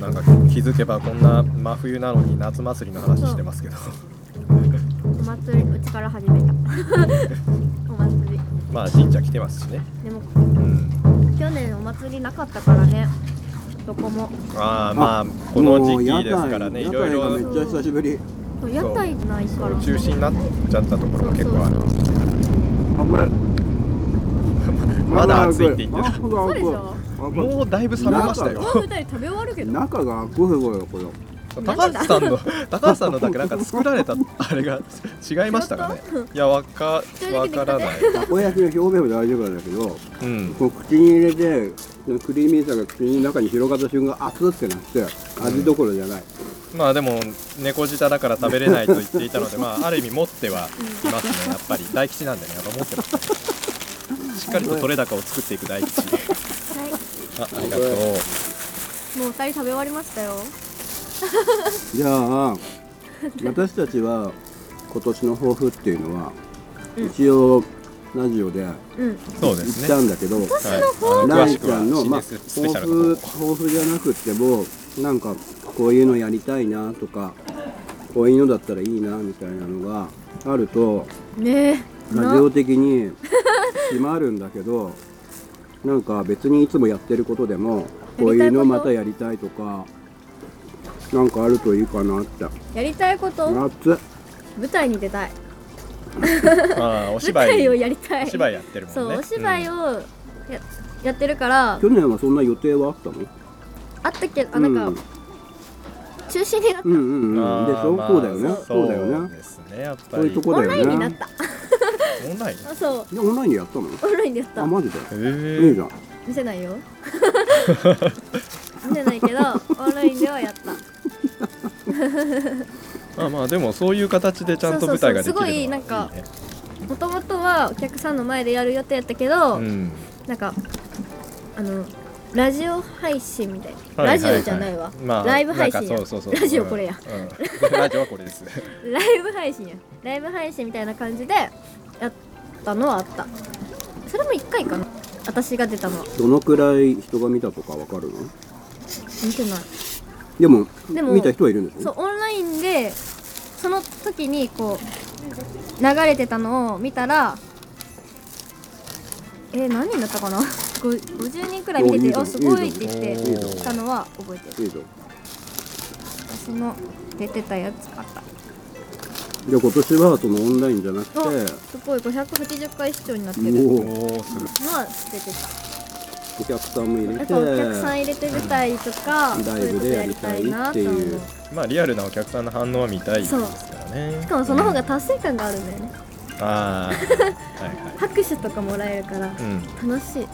Speaker 1: なんか気づけばこんな真冬なのに夏祭りの話してますけど
Speaker 4: お祭りうちから始 めたお祭り
Speaker 1: まあ神社来てますしね、
Speaker 4: でも
Speaker 1: うん、
Speaker 4: 去年お祭りなかったからねどこも
Speaker 1: ああま
Speaker 2: あ
Speaker 1: あこの
Speaker 2: もう
Speaker 1: 時
Speaker 2: 屋
Speaker 1: 期
Speaker 2: 台
Speaker 1: ですからねい
Speaker 2: 屋
Speaker 1: ろい
Speaker 2: 台がめ
Speaker 1: ろ
Speaker 2: っちゃ久しぶり
Speaker 4: そう屋台ないから
Speaker 1: 中止になっちゃったところが結構ある
Speaker 4: そうそうそう
Speaker 1: まだ暑いって言って
Speaker 2: あ
Speaker 1: る
Speaker 2: ほら
Speaker 4: そうでしょ
Speaker 2: ほら
Speaker 1: もうだいぶ冷めましたよ
Speaker 4: もう二人食べ終わるけど
Speaker 2: 中がアクフゴよこれ
Speaker 1: 高橋さんの 高橋さんのだけなんか作られたあれが違いましたか ねいやわかわからない
Speaker 2: たこ焼きの表面は大丈夫なんだけど
Speaker 1: うん
Speaker 2: こう口に入れてそのクリーミーさが口の中に広がった瞬間熱ってなって味どころじゃない、
Speaker 1: まあでも猫舌だから食べれないと言っていたのでまあある意味持ってはいますねやっぱり大吉なんでねやっぱ持ってますねしっかりと取れ高を作っていく大吉
Speaker 4: はい
Speaker 1: あありがとう
Speaker 4: もう二人食べ終わりましたよ
Speaker 2: じゃあ私たちは今年の抱負っていうのは、
Speaker 4: うん
Speaker 2: 一応ラジオで
Speaker 4: うん
Speaker 1: そうで
Speaker 2: 言っ
Speaker 1: すね
Speaker 2: たんだけど、
Speaker 1: はいあの
Speaker 2: ラ
Speaker 1: 詳
Speaker 2: イ
Speaker 1: しく
Speaker 2: ちゃ
Speaker 1: は
Speaker 2: んの、
Speaker 1: シ
Speaker 2: まあ、
Speaker 1: ネススペシャ
Speaker 2: 抱
Speaker 1: ルの
Speaker 2: 負
Speaker 1: 方
Speaker 2: 抱負じゃなくってもなんかこういうのやりたいなとかこういうのだったらいいなみたいなのがあると
Speaker 4: ねえ
Speaker 2: ラジオ的に締まるんだけど なんか別にいつもやってることでもこういうのまたやりたいとかなんかあるといいかなって
Speaker 4: やりたいこと
Speaker 2: 夏
Speaker 4: 舞台に出たい
Speaker 1: ああお
Speaker 4: 舞
Speaker 1: 芝居
Speaker 4: 台を
Speaker 1: お
Speaker 4: やりたい
Speaker 1: 芝居やってるもんね
Speaker 4: そうお芝居
Speaker 1: を
Speaker 4: をや,、やってるから
Speaker 2: 去年はそんな予定はあったの
Speaker 4: あったけどあなんか、
Speaker 2: うん
Speaker 4: 中止になっ
Speaker 2: うんうんうんでしょ、そうだよねそうだよ
Speaker 1: そう
Speaker 2: ね
Speaker 1: ですねやっぱ
Speaker 2: そうい
Speaker 1: り
Speaker 2: うと
Speaker 4: た
Speaker 2: こ
Speaker 4: オ
Speaker 2: だ
Speaker 4: ン
Speaker 2: よ
Speaker 4: ラ
Speaker 2: ね
Speaker 4: インになった
Speaker 1: オンライン
Speaker 4: あ そう
Speaker 2: でオンラインでやったの
Speaker 4: オンラインでやった
Speaker 2: あマジで
Speaker 1: え
Speaker 2: いいじ
Speaker 1: ー
Speaker 2: ゃん
Speaker 4: 見せないよ 見せないけどオンラインではやった
Speaker 1: まあまあでもそういう形でちゃんと舞台ができるのはいい、ね、
Speaker 4: そうそうそうすごいなんかもともとはお客さんの前でやる予定やったけど、
Speaker 1: うん、
Speaker 4: なんかあのラジオ配信みたいな、
Speaker 1: はいはは
Speaker 4: ラジオじゃないわ、
Speaker 1: まあ
Speaker 4: ライブ配信
Speaker 1: な
Speaker 4: や
Speaker 1: んかそうそうそう
Speaker 4: ラジオこれや、、
Speaker 1: うんうんラジオはこれ です
Speaker 4: ライブ配信やライブ配信みたいな感じでやったのはあったそれも1回かな私が出たのは
Speaker 2: どのくらい人が見たとかわかるの
Speaker 4: 見てない
Speaker 2: でも
Speaker 4: でも
Speaker 2: 見た人はいるんでし
Speaker 4: そう
Speaker 2: ょ
Speaker 4: オンラインでその時にこう流れてたのを見たらえー何人だったかなご50人くらい見て
Speaker 2: おいい
Speaker 4: て
Speaker 2: ぞ
Speaker 4: あすごいって言って
Speaker 1: い
Speaker 2: いぞ
Speaker 4: 来たのは覚えてる
Speaker 2: いいぞ
Speaker 4: その出てたやつ買った
Speaker 2: じゃあ今年はそのオンラインじゃなくて
Speaker 4: あすごい580回視聴になってるの
Speaker 2: も
Speaker 1: お
Speaker 2: う
Speaker 1: おすごい
Speaker 4: は出てた
Speaker 2: お客さんも入れ
Speaker 4: やってぱお客さん入れて出たりとか、
Speaker 2: うん
Speaker 4: そういうことやりたいなと
Speaker 2: ライ
Speaker 4: 思
Speaker 2: ブでやりたいっていうう
Speaker 1: まあリアルなお客さんの反応は見たいです
Speaker 4: そう
Speaker 1: からね
Speaker 4: しかもその方が達成感があるんだよね、
Speaker 1: ああはいはい
Speaker 4: 拍手とかもらえるから
Speaker 1: うん
Speaker 4: 楽しい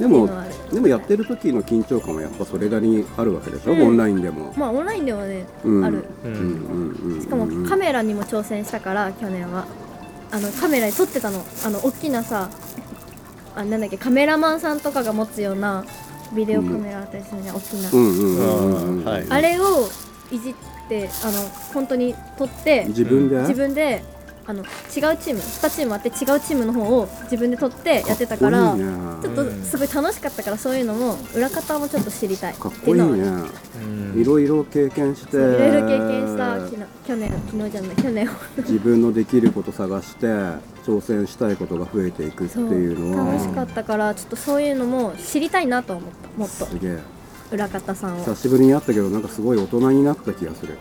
Speaker 2: で
Speaker 4: っ
Speaker 2: も
Speaker 4: ていうのはある
Speaker 2: でもやってる時の緊張感はやっぱそれなりにあるわけでしょ、
Speaker 4: うん
Speaker 2: オンラインでも、
Speaker 4: まあオンラインではね、
Speaker 2: うん
Speaker 4: ある
Speaker 1: う
Speaker 2: うん
Speaker 1: ん
Speaker 2: うんうんうん、
Speaker 4: しかもカメラにも挑戦したから去年はあのカメラに撮ってたのあの大きなさあなんだっけカメラマンさんとかが持つようなビデオカメラあったりするじゃん、大きな、
Speaker 2: うんうんうんうん、
Speaker 1: あーはい
Speaker 4: あれをいじってあの本当に撮って
Speaker 2: 自分で、
Speaker 4: 自分であの違うチーム2チームあって違うチームの方を自分で撮ってやってたから
Speaker 2: かっこいいね
Speaker 4: ちょっとすごい楽しかったからそういうのも裏方もちょっと知りたい
Speaker 2: かっ
Speaker 4: ってい
Speaker 2: こ
Speaker 4: う
Speaker 2: いい
Speaker 4: のはね
Speaker 2: ね、
Speaker 1: うん
Speaker 2: いろいろ経験して
Speaker 4: そういろいろ経験した昨日去年昨日じゃない去年を
Speaker 2: 自分のできること探して挑戦したいことが増えていくって
Speaker 4: そ
Speaker 2: いう
Speaker 4: う
Speaker 2: のは
Speaker 4: 楽しかったからちょっとそういうのも知りたいなとは思ったもっと
Speaker 2: すげえ
Speaker 4: 裏方さんをそ
Speaker 2: 久しぶりに会ったけどなんかすごい大人になった気がする
Speaker 4: ん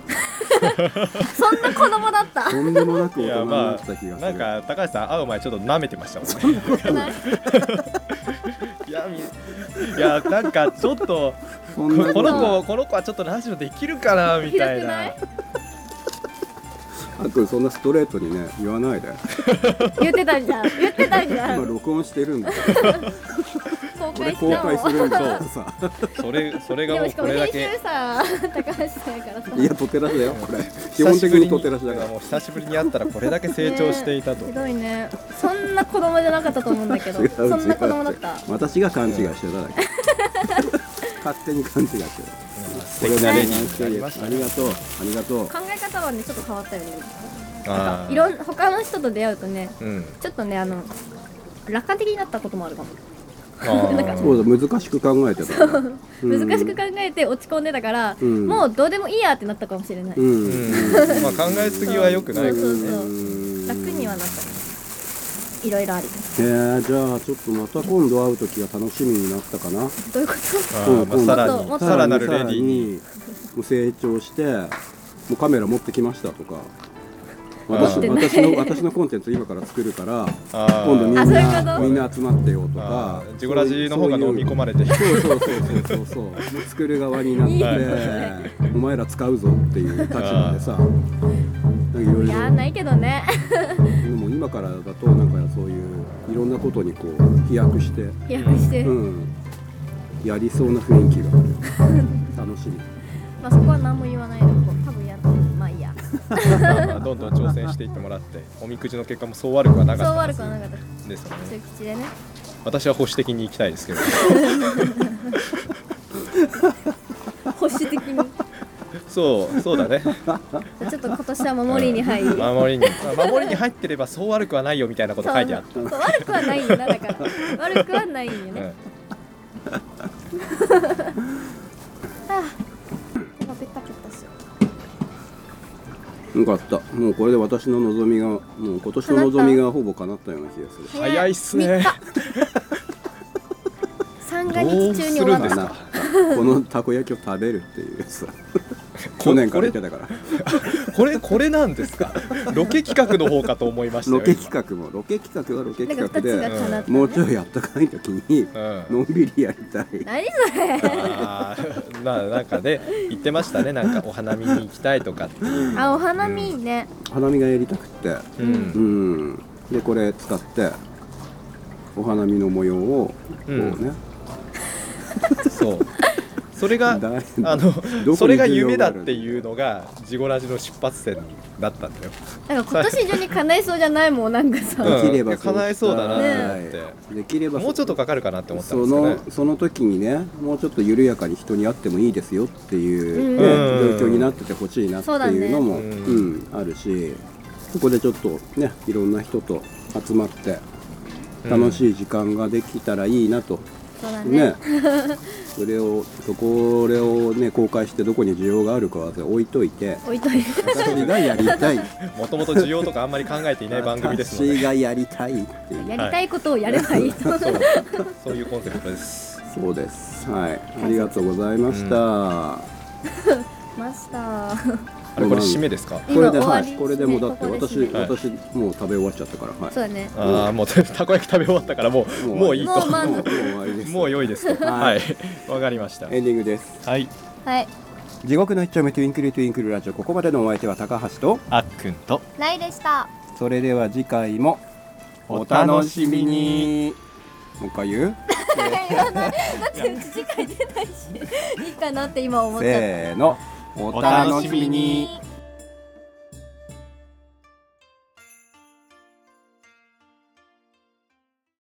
Speaker 4: な子供だっ た
Speaker 2: とんでもなく
Speaker 1: い
Speaker 2: 大人
Speaker 1: や
Speaker 2: にな
Speaker 1: ま
Speaker 2: った気が
Speaker 1: あ
Speaker 2: す
Speaker 1: な
Speaker 2: る、
Speaker 1: んか高橋さん会う前ちょっと舐めてましたもんね。いやみいやなんかちょっと
Speaker 2: そ
Speaker 1: こ
Speaker 2: んな
Speaker 1: こ
Speaker 2: こと
Speaker 1: の子この子はちょっとラジオできるかなみたいな。
Speaker 4: ひ
Speaker 2: あっくんそんなストレートにね言わないで
Speaker 4: 言ってたじゃん言ってたじ ゃ
Speaker 2: 今
Speaker 4: ん
Speaker 2: 録音してるんだよ
Speaker 4: 公
Speaker 2: これ
Speaker 4: 開し
Speaker 2: 公
Speaker 4: た
Speaker 2: 開す
Speaker 4: もん
Speaker 2: るんだからさ
Speaker 1: それそれがも
Speaker 4: でも
Speaker 1: う
Speaker 4: しか
Speaker 1: こ
Speaker 4: も
Speaker 1: れだ
Speaker 4: 編
Speaker 1: け
Speaker 4: 集さ高橋さんやからさ
Speaker 2: いやとてらしだよこれ基本的にとてらしだ
Speaker 1: い
Speaker 2: か
Speaker 1: や
Speaker 2: ら
Speaker 1: もう久しぶりに会ったらこれだけ成長していたと。
Speaker 4: ねひどいねそんな子供じゃなかったと思うんだけ ど
Speaker 2: 違う
Speaker 4: そんな子供だった
Speaker 2: 違う私が勘違いしてただけ勝手に勘違いしてた
Speaker 1: 素
Speaker 2: これ
Speaker 1: 敵な
Speaker 2: だ
Speaker 1: 例
Speaker 2: け
Speaker 1: になりました
Speaker 2: あり
Speaker 1: ね。
Speaker 2: がとうありがとう
Speaker 4: 考え方はねちょっと変わったよね
Speaker 1: あー
Speaker 4: いろん他の人と出会うとね
Speaker 1: うん。
Speaker 4: ちょっとねあの楽観的になったこともあるかも、
Speaker 1: あー
Speaker 2: そうだ難しく考えてたねうん
Speaker 4: 難しく考えて落ち込んでたから、
Speaker 2: うん
Speaker 4: もうどうでもいいやってなったかもしれない、
Speaker 2: う
Speaker 1: うんん。まあ考えすぎは良くないから
Speaker 4: そう
Speaker 1: ね。
Speaker 4: そうそう楽にはなったねいろいろあり
Speaker 2: えー、じゃあちょっとまた今度会う時が楽しみになったかな
Speaker 4: どういうこと
Speaker 1: あーまあさら
Speaker 4: もっとも
Speaker 1: に
Speaker 4: っと
Speaker 1: さらなるレディーに。
Speaker 2: もう成長してもうカメラ持ってきましたとか
Speaker 1: 持っ
Speaker 2: 私
Speaker 1: て
Speaker 4: ない
Speaker 2: 私の私のコンテンツ今から作るから
Speaker 1: あー
Speaker 2: 今度みん
Speaker 4: あそういうこ
Speaker 2: な
Speaker 4: と
Speaker 2: みんな集まってよと
Speaker 1: あ
Speaker 2: か
Speaker 1: ージゴラジの方が飲み込まれている
Speaker 2: そうそうそうそうそうそうそう作る側になっ
Speaker 4: いい
Speaker 2: てお前ら使うぞっていう立場でさなんかいろいろ
Speaker 4: いやーないけどね
Speaker 2: でも今からだとなんかそういういろんなことにこう飛躍して、
Speaker 4: いやして、
Speaker 2: うん、やりそうな雰囲気が楽しみ
Speaker 4: まあそこは何も言わないでおこう多分やってるまあいいや
Speaker 1: まあまあどんどん挑戦していってもらっておみくじの結果もそう悪くはな
Speaker 4: そう
Speaker 1: かっ
Speaker 4: 悪くはなかった
Speaker 1: たですよね
Speaker 4: 中吉でね
Speaker 1: 私は保守的に行きたいですけど
Speaker 4: 保守的に
Speaker 1: そうそうだね
Speaker 4: ちょっと今年は守りに入り、そう
Speaker 1: 守りにまあ守りに入ってればそう悪くはないよみたいなこと書いてあった、
Speaker 4: そう悪くはないよなだから悪くはないよね、
Speaker 1: うん
Speaker 4: まあペタペタしよう
Speaker 2: よかったもうこれで私の望みがもう今年の望みがほぼ叶ったような気がする
Speaker 1: 早いっすね
Speaker 4: 三が日中に終
Speaker 1: どうす
Speaker 4: わっ
Speaker 1: るんです
Speaker 4: た
Speaker 1: か
Speaker 2: このたこ焼きを食べるってい うさ去年から言ってたから
Speaker 1: これこれなんですかロケ企画の方かと思いましたよ
Speaker 2: ロケ企画もロケ企画はロケ
Speaker 4: なん
Speaker 2: 企画
Speaker 4: か二つが
Speaker 2: で
Speaker 4: 叶った、ね
Speaker 2: もうちょいあったかい時に
Speaker 1: 今うん
Speaker 2: のんびりやりたい
Speaker 4: 何それ
Speaker 1: あー まあなんかね言ってましたねなんかお花見に行きたいとかっていう、
Speaker 4: あお花見いいね、
Speaker 2: 花見がやりたくって
Speaker 1: う、
Speaker 2: うんんでこれ使ってお花見の模様をこうね、
Speaker 1: うんそうそれ が
Speaker 2: 誰
Speaker 1: あ
Speaker 2: ど
Speaker 1: の
Speaker 2: こ
Speaker 1: それが夢だっ
Speaker 2: 需要がある
Speaker 1: ていうのがジゴラジの出発点だったんだよ
Speaker 4: なんか今年中に叶いそうじゃないもんなんかさ、
Speaker 1: うん
Speaker 2: できれば
Speaker 1: 叶えそうだな思
Speaker 4: と
Speaker 1: って
Speaker 2: できれば
Speaker 1: もうちょっとかかるかなって思ったん
Speaker 2: そ
Speaker 1: ですよね
Speaker 2: のその時にねもうちょっと緩やかに人に会ってもいいですよっていう、
Speaker 1: うん
Speaker 2: ね状況になっててほしいなって
Speaker 4: そうだ
Speaker 2: いう
Speaker 4: ね
Speaker 2: のも、
Speaker 1: う
Speaker 2: うんんあるしそこでちょっとねいろんな人と集まって
Speaker 1: うん
Speaker 2: 楽しい時間ができたらいいなと、
Speaker 4: そうだね
Speaker 2: ねそれをそこれをね公開してどこに需要があるかは置いとい て
Speaker 4: 置いといて
Speaker 2: 私がやりたい
Speaker 1: もともと需要とかあんまり考えていない番組ですの
Speaker 2: 私
Speaker 1: で
Speaker 2: がやりたいっていう
Speaker 4: やりたいことをやればいいと、
Speaker 1: そうそういうコンセプトです
Speaker 2: そうですはいありがとうございました、
Speaker 4: マスター
Speaker 1: あれこれ締めですか
Speaker 4: 今
Speaker 2: これで、
Speaker 4: 終わ
Speaker 2: は
Speaker 4: り
Speaker 2: い、これでもうだって
Speaker 4: ここです
Speaker 2: 私、
Speaker 4: ね
Speaker 1: はい
Speaker 2: 私もう食べ終わっちゃったから、はい。
Speaker 4: そうだね
Speaker 1: ああもうたこ焼き食べ終わったからもうも
Speaker 2: も
Speaker 1: う
Speaker 2: う
Speaker 1: いい
Speaker 4: もう
Speaker 1: と
Speaker 4: 満
Speaker 2: もう
Speaker 4: 足
Speaker 2: 終わりです。
Speaker 1: もう良いですとはいわかりました
Speaker 2: エンディングです。
Speaker 1: はい
Speaker 4: はい
Speaker 2: 地獄の一丁目トゥインクルトゥインクルラジオ、ここまでのお相手は高橋と。
Speaker 1: あっくんと
Speaker 4: ライでした
Speaker 2: それでは次回もお楽しみにもう一回言う
Speaker 4: 次回出ないしいいかなって今思っちゃった
Speaker 2: せーのお楽しみに